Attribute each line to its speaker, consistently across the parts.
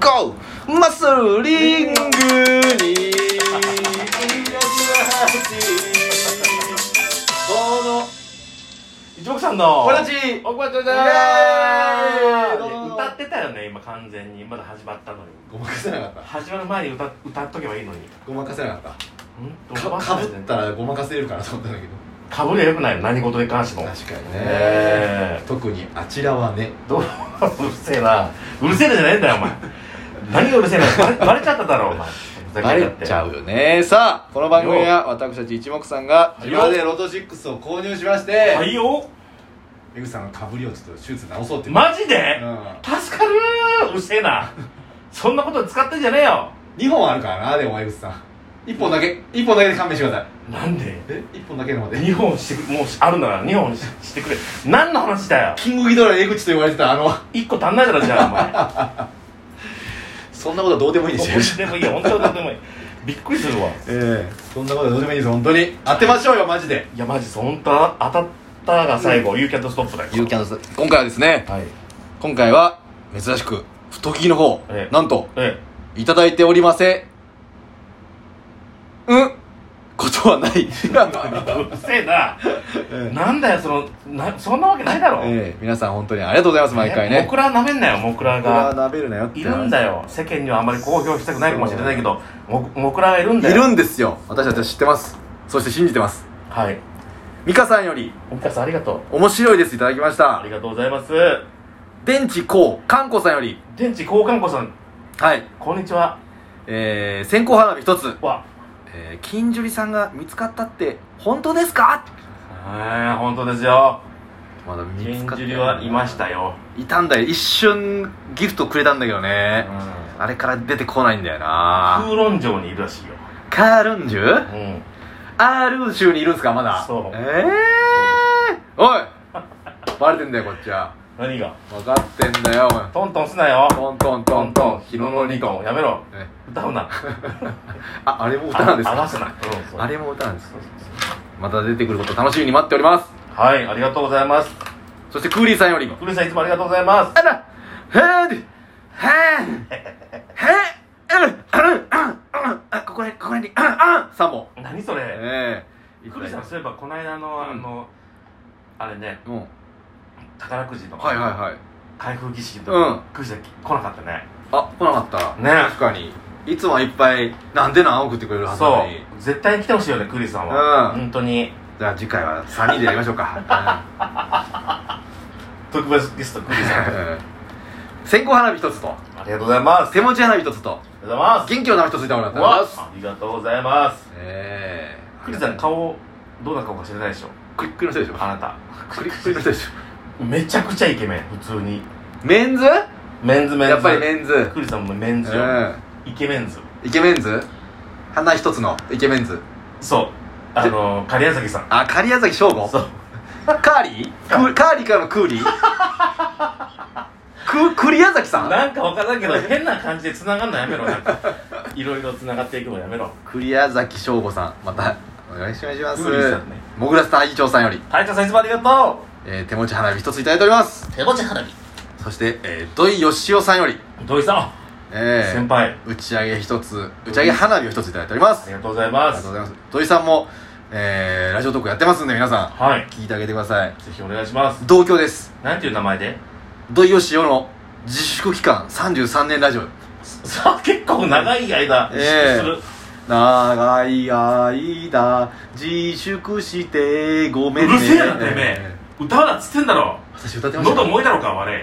Speaker 1: ゴーマッスルリングに
Speaker 2: どうぞ一目さんの
Speaker 1: 俺たち
Speaker 2: おこわちゃんだ
Speaker 1: イエーイ
Speaker 2: ー歌ってたよね今完全にまだ始まったのに
Speaker 3: ごまかせなかった
Speaker 2: 始まる前に歌歌っとけばいいのにん
Speaker 3: ごまかせなかっ
Speaker 2: ど
Speaker 3: た
Speaker 2: う
Speaker 3: かかぶったらごまかせるかなと思ったんだけど
Speaker 2: かぶりはよくないの何事に関しても
Speaker 3: 確かにね
Speaker 2: え
Speaker 3: 特にあちらはね
Speaker 2: ーどう うるせえなうるせえなじゃないんだよお前何がうるせえなバレバレちゃっただろお前
Speaker 1: バレちゃ
Speaker 2: う
Speaker 1: うよねさあこの番組は私たち一目さんが
Speaker 3: 今までロト6を購入しまして、
Speaker 2: はいよ
Speaker 3: 江口さんのかぶりをちょっと手術直そうって
Speaker 2: マジで
Speaker 3: うん
Speaker 2: 助かるーうるせえなそんなことに使ってんじゃねえよ
Speaker 3: 2本あるからなでも江口さん1本だけ1本だけで勘弁してください
Speaker 2: なんで
Speaker 3: え1本だけのまで
Speaker 2: 2本してもうあるなら2本ししてくれ何の話だよ
Speaker 3: キングギドラ江口と言われてたあの
Speaker 2: 1個足んないだろじゃあお前
Speaker 3: そんなことはどうでもい い
Speaker 2: どうでもいいよ本当どうでもいいびっくりするわ
Speaker 3: ええそんなことはどうでもいいです本当に当てましょうよマジで
Speaker 2: いやマジそ本当あ当たったが最後、You can't stop だよ
Speaker 1: ユーキャンス今回はですね
Speaker 2: はい
Speaker 1: 今回は珍しく太着の方、
Speaker 2: ええ
Speaker 1: なんと
Speaker 2: え
Speaker 1: いただいておりませんうんことは ない、
Speaker 2: えうるせえな
Speaker 3: え
Speaker 2: なんだよそのなそんなわけないだろ、
Speaker 1: ええ皆さん本当にありがとうございます毎回ね
Speaker 2: モクラなめんなよモクラ
Speaker 1: 僕は
Speaker 2: が
Speaker 1: なべるなよって
Speaker 2: いるんだよ世間にはあまり公表したくないかもしれないけどモクモクラがいるん
Speaker 1: い
Speaker 2: だよ
Speaker 1: るんですよ私たちは知ってますそして信じてます
Speaker 2: はい
Speaker 1: 美香さんより
Speaker 2: お母さんありがとう
Speaker 1: 面白いですいただきまし
Speaker 2: あ
Speaker 1: た
Speaker 2: りがとうございます
Speaker 1: 電池こうかんこさんより
Speaker 2: 電池交換子さん
Speaker 1: はい
Speaker 2: こんにちは
Speaker 1: えー、線香花火一つ、
Speaker 2: わ
Speaker 1: えー、金樹里さんが見つかったって本当ですか
Speaker 2: ええ本当ですよ
Speaker 1: まだ見
Speaker 2: 金
Speaker 1: つかって
Speaker 2: 樹里はいましたよ、
Speaker 1: いたんだよ一瞬ギフトくれたんだけど
Speaker 2: う
Speaker 1: ね、
Speaker 2: ん、
Speaker 1: あれから出てこないんだよな
Speaker 2: 空論城にいるらしいよ
Speaker 1: カールンジュ
Speaker 2: うん
Speaker 1: アールン州にいるんすかまだ
Speaker 2: そう
Speaker 1: ええー、おいバレてんだよこっちは
Speaker 2: 何が
Speaker 1: 分かってんだよお前
Speaker 2: トントンすなよ
Speaker 1: トントントントン日野のリコン
Speaker 2: やめろ
Speaker 1: え
Speaker 2: 歌うな
Speaker 1: ああれも歌なんです
Speaker 2: あ合わ
Speaker 1: か
Speaker 2: せな、うんそう
Speaker 1: あれも歌なんです
Speaker 2: そうそうそう
Speaker 1: また出てくること楽しみに待っております
Speaker 2: はいありがとうございます
Speaker 1: そしてクーリーさんより
Speaker 2: 古井さんいつもありがとうございます
Speaker 1: あらへーへーへーうんうんうんあここら辺ここら辺にうんうん三本
Speaker 2: 何それ
Speaker 1: ええ
Speaker 2: 古井さんそういえばこの間の、あのあれね
Speaker 1: も
Speaker 2: 宝くじの
Speaker 1: うはいはいはい
Speaker 2: 開封儀式の時、
Speaker 1: うん
Speaker 2: クイズ来なかったね
Speaker 1: あ来なかった
Speaker 2: ね
Speaker 1: 確かにいつもはいっぱいなんでなん送ってくれるはずな
Speaker 2: そ
Speaker 1: のに
Speaker 2: う絶対に来てほしいよねクリスさんは、
Speaker 1: うん
Speaker 2: 本当に
Speaker 1: じゃあ次回は3人でやりましょうか
Speaker 2: 特別ゲストク リスさんあ
Speaker 1: うん線香花火一つと
Speaker 2: りがとうございます
Speaker 1: 手持ち花火一つと
Speaker 2: ありがとうございます
Speaker 1: 元気の玉一ついただき
Speaker 2: うわ
Speaker 1: ま
Speaker 2: ありがとうございます
Speaker 1: ええ
Speaker 2: クリスさん顔どうな顔か知らないでしょ
Speaker 1: クリックリの人でしょ
Speaker 2: あなた
Speaker 1: クリックリの人でし
Speaker 2: めちゃくちゃイケメン普通に
Speaker 1: ょメンズ
Speaker 2: メンズメンズ
Speaker 1: やっぱりメンズ
Speaker 2: クリさんもメンズよ、イケメンズ
Speaker 1: イケメンズ花一つのイケメンズ
Speaker 2: そうあのー、狩矢崎さん
Speaker 1: あ狩矢崎翔吾
Speaker 2: そう
Speaker 1: カーリークーカーリーからのクーリー ククリヤザキさん
Speaker 2: なんかわからんけど変な感じで繋がんのやめろなんかいろいろ繋がっていくのやめろ
Speaker 1: クリヤザキ翔吾さんまたお願いします
Speaker 2: クーリーさんね
Speaker 1: もぐらスター議長さんより、
Speaker 2: 隊長さんいつもありがと
Speaker 1: えー手持ち花火一ついただいております
Speaker 2: う手持ち花火
Speaker 1: そして、えー、土井善雄さんより、
Speaker 2: 土井さんあ
Speaker 1: えー
Speaker 2: 先輩
Speaker 1: 打ち上げ一つ打ち上げ花火を一ついただいておりま
Speaker 2: あ
Speaker 1: す
Speaker 2: りがとうござい
Speaker 1: あ
Speaker 2: ま
Speaker 1: りが
Speaker 2: す
Speaker 1: とうございます土井さんも、えー、ラジオトークやってますんで皆さ
Speaker 2: はい
Speaker 1: ん聞いてあげてください
Speaker 2: ぜひお願いします
Speaker 1: 同居です
Speaker 2: なんていう名前で
Speaker 1: 土井善雄の自粛期間33年ラジオ
Speaker 2: さあ結構長い間
Speaker 1: え
Speaker 2: 自粛する、
Speaker 1: 長い間自粛してごめんね
Speaker 2: うるせえなてめえ歌うなっつってんだろ
Speaker 1: 私歌ってました
Speaker 2: 喉
Speaker 1: よ
Speaker 2: 燃えたのか悪い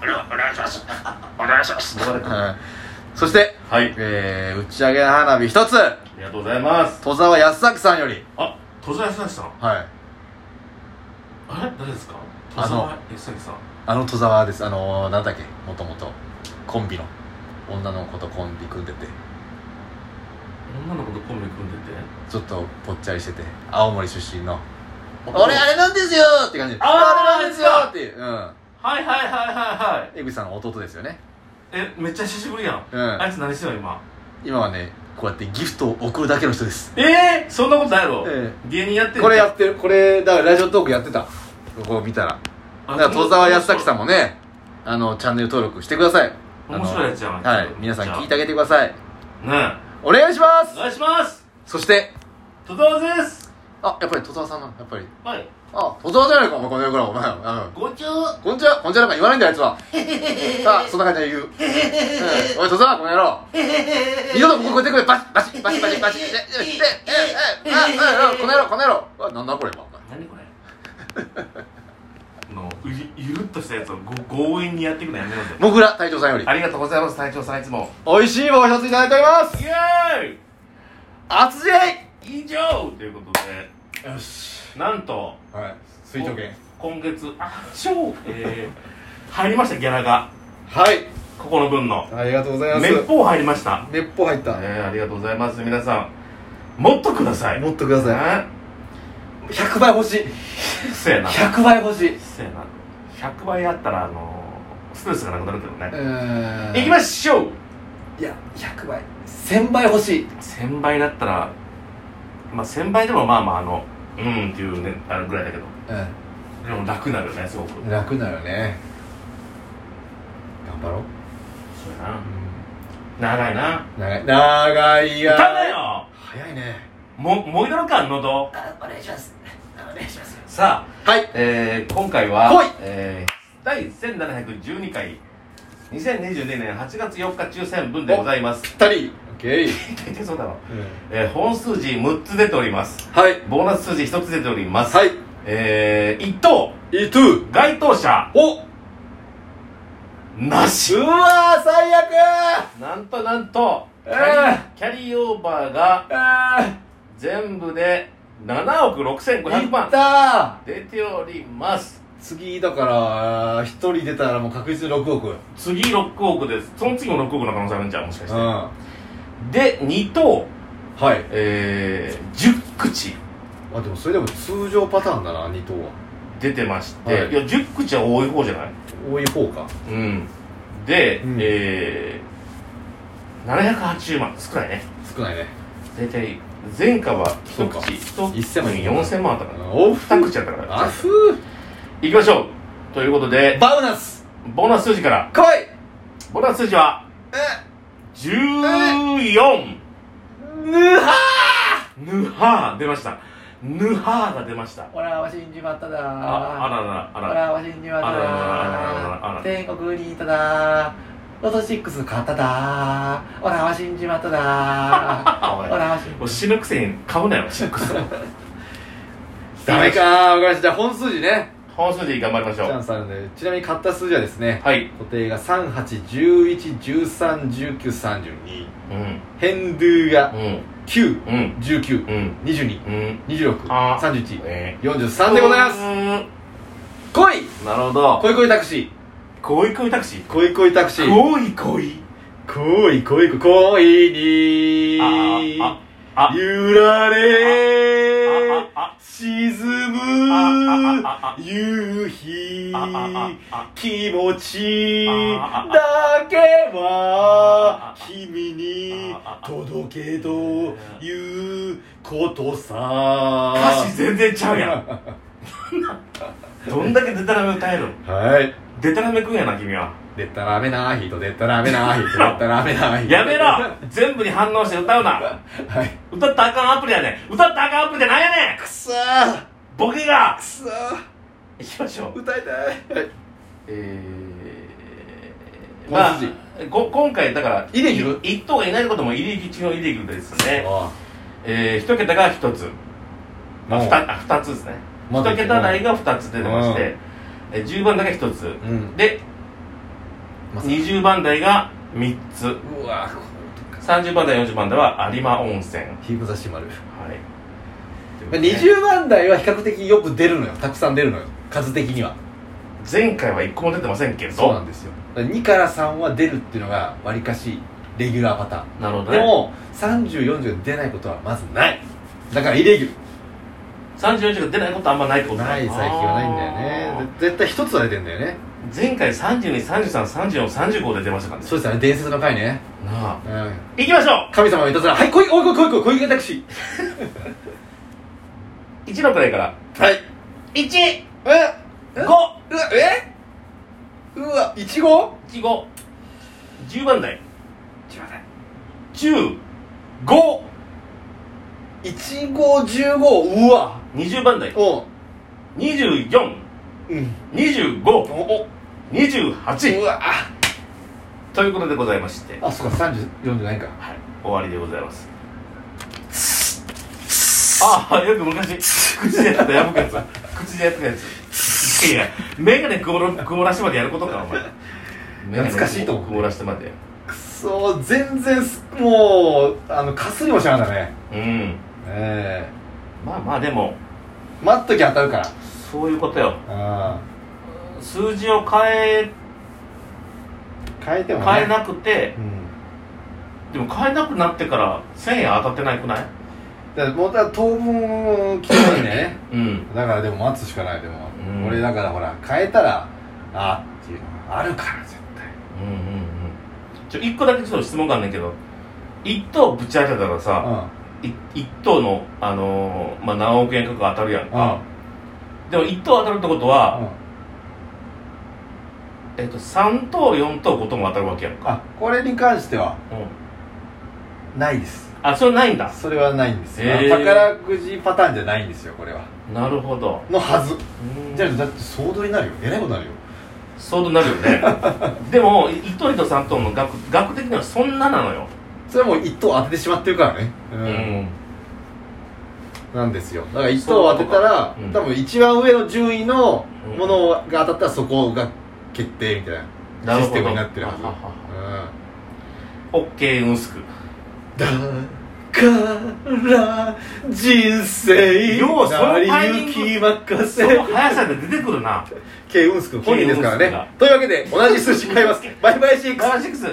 Speaker 2: お願いしますお願いします
Speaker 1: はいそして、
Speaker 2: はいあ
Speaker 1: えー、打ち上げの花火一つ
Speaker 2: りがとうございます
Speaker 1: 戸沢康作さんより
Speaker 2: あ戸沢康明さん
Speaker 1: はい
Speaker 2: あれ誰ですか戸
Speaker 1: あの
Speaker 2: 沢康明さん
Speaker 1: あの戸沢ですあのー、なんだっけもともとコンビの女の子とコンビ組んでて
Speaker 2: 女の子とコンビ組んでて
Speaker 1: ちょっとぽっちゃりしてて青森出身の
Speaker 2: 男
Speaker 1: 俺あれなんですよーって感じ
Speaker 2: あ
Speaker 1: れ
Speaker 2: ー
Speaker 1: なんですよーっていううん
Speaker 2: はいはいはいはいはい
Speaker 1: 江口さんの弟ですよね
Speaker 2: えめっちゃ久しぶりやん
Speaker 1: うん
Speaker 2: あいつ何してんの今
Speaker 1: 今はねこうやってギフトを送るだけの人です
Speaker 2: えー、そんなことないやろ
Speaker 1: え
Speaker 2: 芸人やってる
Speaker 1: これやってるこれだからラジオトークやってたここを見たらだから戸沢康明さん
Speaker 2: も
Speaker 1: もねあのチャンネル登録してください
Speaker 2: 面白いやつじゃん
Speaker 4: あのはい皆さん聞いてあげてください
Speaker 2: ね
Speaker 4: お願いしま
Speaker 2: お
Speaker 4: す
Speaker 2: 願いします
Speaker 4: そして
Speaker 2: トトロです
Speaker 4: あやっぱり戸沢さんなのやっぱり
Speaker 2: はい
Speaker 4: あ戸沢じゃないかお前この世からお前うん
Speaker 2: ごちょう
Speaker 4: こんにちは、こんにちはなんか言わないんだよ、あいつは。さあ、そんな感じで言う。うんおい、戸沢、この野郎。 二度とここ越えてくれ、バシバシバシバシバシ。え、え、え、え、え、あ、うんうんこの野郎、この野郎。うわなんだこれ、お前
Speaker 2: 何これ のうゆゆるっとしたやつをご強引にやっていくのやめようぜ
Speaker 4: もぐら隊長さんより。
Speaker 2: ありがとうございます隊長さんいつも
Speaker 4: 美味しい棒一ついただいております。
Speaker 2: イエ
Speaker 4: 熱じ
Speaker 2: ーイ以上ということ
Speaker 1: よし
Speaker 2: でなんと
Speaker 1: はい水上券
Speaker 2: 今月あ超えー、入りましたギャラが
Speaker 1: はい
Speaker 2: ここの分の
Speaker 1: ありがとうございます
Speaker 2: めっぽう入りました
Speaker 1: めっぽ入った
Speaker 2: えー、ありがとうございます皆さんもっとください
Speaker 1: もっとください
Speaker 2: ね
Speaker 1: 100倍欲しい
Speaker 2: そうやな
Speaker 1: 100倍欲しい
Speaker 2: そうやな100倍あったらあのー、ストレスがなくなるけど
Speaker 1: う
Speaker 2: ね
Speaker 1: ーん
Speaker 2: いきましょう
Speaker 1: いや100倍1000倍欲しい
Speaker 2: 1000倍だったらまあ1000倍でもまあまああのうんっていうねあれぐらいだけど
Speaker 1: う
Speaker 2: でも楽になるよねすごくそうん
Speaker 1: 楽なよね頑張ろう
Speaker 2: やな長いな
Speaker 1: 長い長いや
Speaker 2: 歌だよ
Speaker 1: 早いね
Speaker 2: ももいだろか喉
Speaker 1: お願いしますお願いします
Speaker 2: さあ
Speaker 1: はい
Speaker 2: えー、今回は
Speaker 1: 来い
Speaker 2: えー、第1712回2022年8月4日抽選分でございます
Speaker 1: ぴったりオッケー
Speaker 2: 大体そうだろえー、本数字6つ出ております
Speaker 1: はい
Speaker 2: ボーナス数字1つ出ております、
Speaker 1: はい
Speaker 2: えー、1等
Speaker 1: イトゥ
Speaker 2: 該当者
Speaker 1: お
Speaker 2: なし
Speaker 1: うわー最悪
Speaker 2: なんとなんとキ
Speaker 1: え
Speaker 2: ャ
Speaker 1: ー
Speaker 2: リ,、キャリーオーバーが
Speaker 1: あ
Speaker 2: 全部で7億
Speaker 1: ーい
Speaker 2: 6500
Speaker 1: った
Speaker 2: 万
Speaker 1: ー
Speaker 2: 出ております
Speaker 1: 次だから一人出たらもう確実に6億うん
Speaker 2: 次6億ですその次も6億の可能性あるんじゃんもしかしてで2等
Speaker 1: はい
Speaker 2: えー、10口
Speaker 1: あでもそれでも通常パターンだな2等は
Speaker 2: 出てまして、
Speaker 1: はい
Speaker 2: い、や10口は多い方じゃない
Speaker 1: 多い方か
Speaker 2: うんで、
Speaker 1: うん
Speaker 2: えー、780万少ないね
Speaker 1: 少ないね
Speaker 2: 大体前回は一
Speaker 1: そうか
Speaker 2: 口一
Speaker 1: 1000万
Speaker 2: 4000万あったから
Speaker 1: おふ
Speaker 2: 2口やったから
Speaker 1: あふー
Speaker 2: 行きましょうということで
Speaker 1: バウナス
Speaker 2: ボーナス数字から
Speaker 1: 来い
Speaker 2: ボーナス数字は14
Speaker 1: ぬは
Speaker 2: ぬはー出ましたぬはーが出ました
Speaker 1: 俺は死んじまっただ
Speaker 2: ああららあ
Speaker 1: 俺
Speaker 2: ら
Speaker 1: は死んじまった
Speaker 2: あら
Speaker 1: だ天国にいただロト6買った だ俺は死んじまっただ
Speaker 2: あお
Speaker 1: 俺
Speaker 2: い
Speaker 1: は死ん
Speaker 2: もう死ぬくせに買うなよシックス
Speaker 1: ダメかわかりましたじゃあ本数字ね
Speaker 2: 本数字頑張りまし
Speaker 1: チ
Speaker 2: ょ
Speaker 1: ャ
Speaker 2: う
Speaker 1: ンスあるんでちなみに買った数字はですね
Speaker 2: はい
Speaker 1: 固定が3811131932
Speaker 2: うん
Speaker 1: 変動が
Speaker 2: うん
Speaker 1: 9
Speaker 2: うん
Speaker 1: 19
Speaker 2: うん
Speaker 1: 2 2
Speaker 2: うん
Speaker 1: 2 6
Speaker 2: あー
Speaker 1: 3 1
Speaker 2: え
Speaker 1: 4 3
Speaker 2: ー
Speaker 1: でございま
Speaker 2: う
Speaker 1: す
Speaker 2: ーん
Speaker 1: 来い
Speaker 2: なるほど
Speaker 1: こいこいタクシ
Speaker 2: 恋恋タクシー
Speaker 1: ーこいこいタクシー
Speaker 2: 恋恋
Speaker 1: こいこいこいこいに
Speaker 2: あああ
Speaker 1: 揺られ
Speaker 2: ああ
Speaker 1: 沈
Speaker 2: あ
Speaker 1: む
Speaker 2: ああ
Speaker 1: 夕日
Speaker 2: あああ
Speaker 1: 気持ち
Speaker 2: あ
Speaker 1: だけは
Speaker 2: あ
Speaker 1: 君に
Speaker 2: あ
Speaker 1: 届けということさ
Speaker 2: 歌詞全然ちゃうやんどんだけデタラメ歌える の
Speaker 1: はい
Speaker 2: デタラメくんやな君は
Speaker 1: でったらめな人でったらめな人でったらめな人
Speaker 2: やめろ全部に反応して歌うな
Speaker 1: はい
Speaker 2: 歌ったらあかんアプリやねん歌ったらあかんアプリじゃないやねん
Speaker 1: くそー
Speaker 2: ボケが
Speaker 1: くそー
Speaker 2: いきましょう
Speaker 1: 歌いたい
Speaker 2: えー、
Speaker 1: 本
Speaker 2: まあ
Speaker 1: 筋
Speaker 2: こ今回だから
Speaker 1: イレギュル
Speaker 2: 一等がいないこともイレギュ中のイレギュルですね
Speaker 1: あ
Speaker 2: えー、一桁が一つまあ
Speaker 1: もう
Speaker 2: 二あ二つですね
Speaker 1: ま
Speaker 2: 一
Speaker 1: だいけない
Speaker 2: 桁台が二つ出てましてえー10番台が一つ
Speaker 1: あうん
Speaker 2: で
Speaker 1: まさか
Speaker 2: 20番台が3つ
Speaker 1: うわ
Speaker 2: 30番台40番台は有馬温泉は
Speaker 1: ひぶざしまる
Speaker 2: い
Speaker 1: 20番台は比較的よく出るのよたくさん出るのよ数的には
Speaker 2: 前回は1個も出てませんけ
Speaker 1: そうな
Speaker 2: ど
Speaker 1: んですよだから2から3は出るっていうのがわりかしレギュラーパタ
Speaker 2: なる
Speaker 1: ーン
Speaker 2: ほど
Speaker 1: で
Speaker 2: ね
Speaker 1: も3040が出ないことはまずないだからイレギュ
Speaker 2: 34が出ないことあんまないってこ
Speaker 1: ル
Speaker 2: とだ
Speaker 1: ない最近はないんだよねで絶対1つは出てんだよね
Speaker 2: あー前回32333435で出ましたからね
Speaker 1: そうですよね伝説の回ね
Speaker 2: なあ
Speaker 1: うん
Speaker 2: 行きましょ
Speaker 1: 神様はいたずらはい来いおい来い来い来い来いタクシ
Speaker 2: う1のくらいから
Speaker 1: ーはい
Speaker 2: 1
Speaker 1: えう
Speaker 2: 5
Speaker 1: わえうわいちご
Speaker 2: 1 5 10番台
Speaker 4: ちょっと待
Speaker 2: 1520
Speaker 4: って1515うわ
Speaker 2: 番台
Speaker 4: おう
Speaker 2: 2425
Speaker 4: うんおお
Speaker 2: 28
Speaker 4: うわ
Speaker 2: ということでございまして、
Speaker 1: あそうか34じゃないか
Speaker 2: はい、終わりでございますああよく昔口でやってたやぶくやつ口でやってたやついやいや眼鏡曇ら曇らしてまでやることかお前
Speaker 1: 懐かしいと思う
Speaker 2: 曇らしてまで
Speaker 1: くそー全然すもうあのかすりもしなかったね
Speaker 2: うん
Speaker 1: え
Speaker 2: まあまあでも
Speaker 1: え待っときゃ当たるから
Speaker 2: そういうことよ
Speaker 1: あ
Speaker 2: 数字を変え
Speaker 1: 変えてもね
Speaker 2: 変えなくて
Speaker 1: うん
Speaker 2: でも変えなくなってから1000円当たってないくない
Speaker 1: だからもうだから当分きないね
Speaker 2: うん
Speaker 1: だからでも待つしかないでも、
Speaker 2: うん
Speaker 1: 俺だからほら変えたらあっていうのがあるから絶対
Speaker 2: うんうんうんちょ1個だけちょっと質問があんねんけど1等ぶち当てたら
Speaker 1: う
Speaker 2: さ、
Speaker 1: ん
Speaker 2: い一1等の、あのーまあ、何億円かが当たるやん
Speaker 1: うん
Speaker 2: か、でも1等当たるってことは、
Speaker 1: うん
Speaker 2: えっと3等4等5等も当たるわけやんか
Speaker 1: あこれに関しては
Speaker 2: うん
Speaker 1: ないです
Speaker 2: あそれないんだ
Speaker 1: それはないんですよ、
Speaker 2: へー
Speaker 1: 宝くじパターンじゃないんですよこれは
Speaker 2: なるほど
Speaker 1: のはず
Speaker 2: うん
Speaker 1: じゃあだって総取りになるよえらいことになるよ
Speaker 2: そうなるよ ねでも1等2等3等の額額的にはそんななのよ
Speaker 1: それはもう一等当ててしまってるからねう、
Speaker 2: うんん
Speaker 1: なんですよだから一等当てたら、
Speaker 2: そういうこと
Speaker 1: 多
Speaker 2: か
Speaker 1: 分一番上の順位のものが当たったらそこが決定みたいな
Speaker 2: なる
Speaker 1: シ
Speaker 2: ほど
Speaker 1: ステムになってるはず
Speaker 2: はは
Speaker 1: うん
Speaker 2: オッケーうんすく
Speaker 1: だから人生
Speaker 2: ようそのタイミング
Speaker 1: 成り行き任
Speaker 2: そ
Speaker 1: せ
Speaker 2: の速さで出てくるな
Speaker 1: ケイウンス君本人ですから
Speaker 2: ケイウ
Speaker 1: ね
Speaker 2: ンス君が
Speaker 1: というわけで同じ数字買いますバイバイシックス
Speaker 2: ガーシックス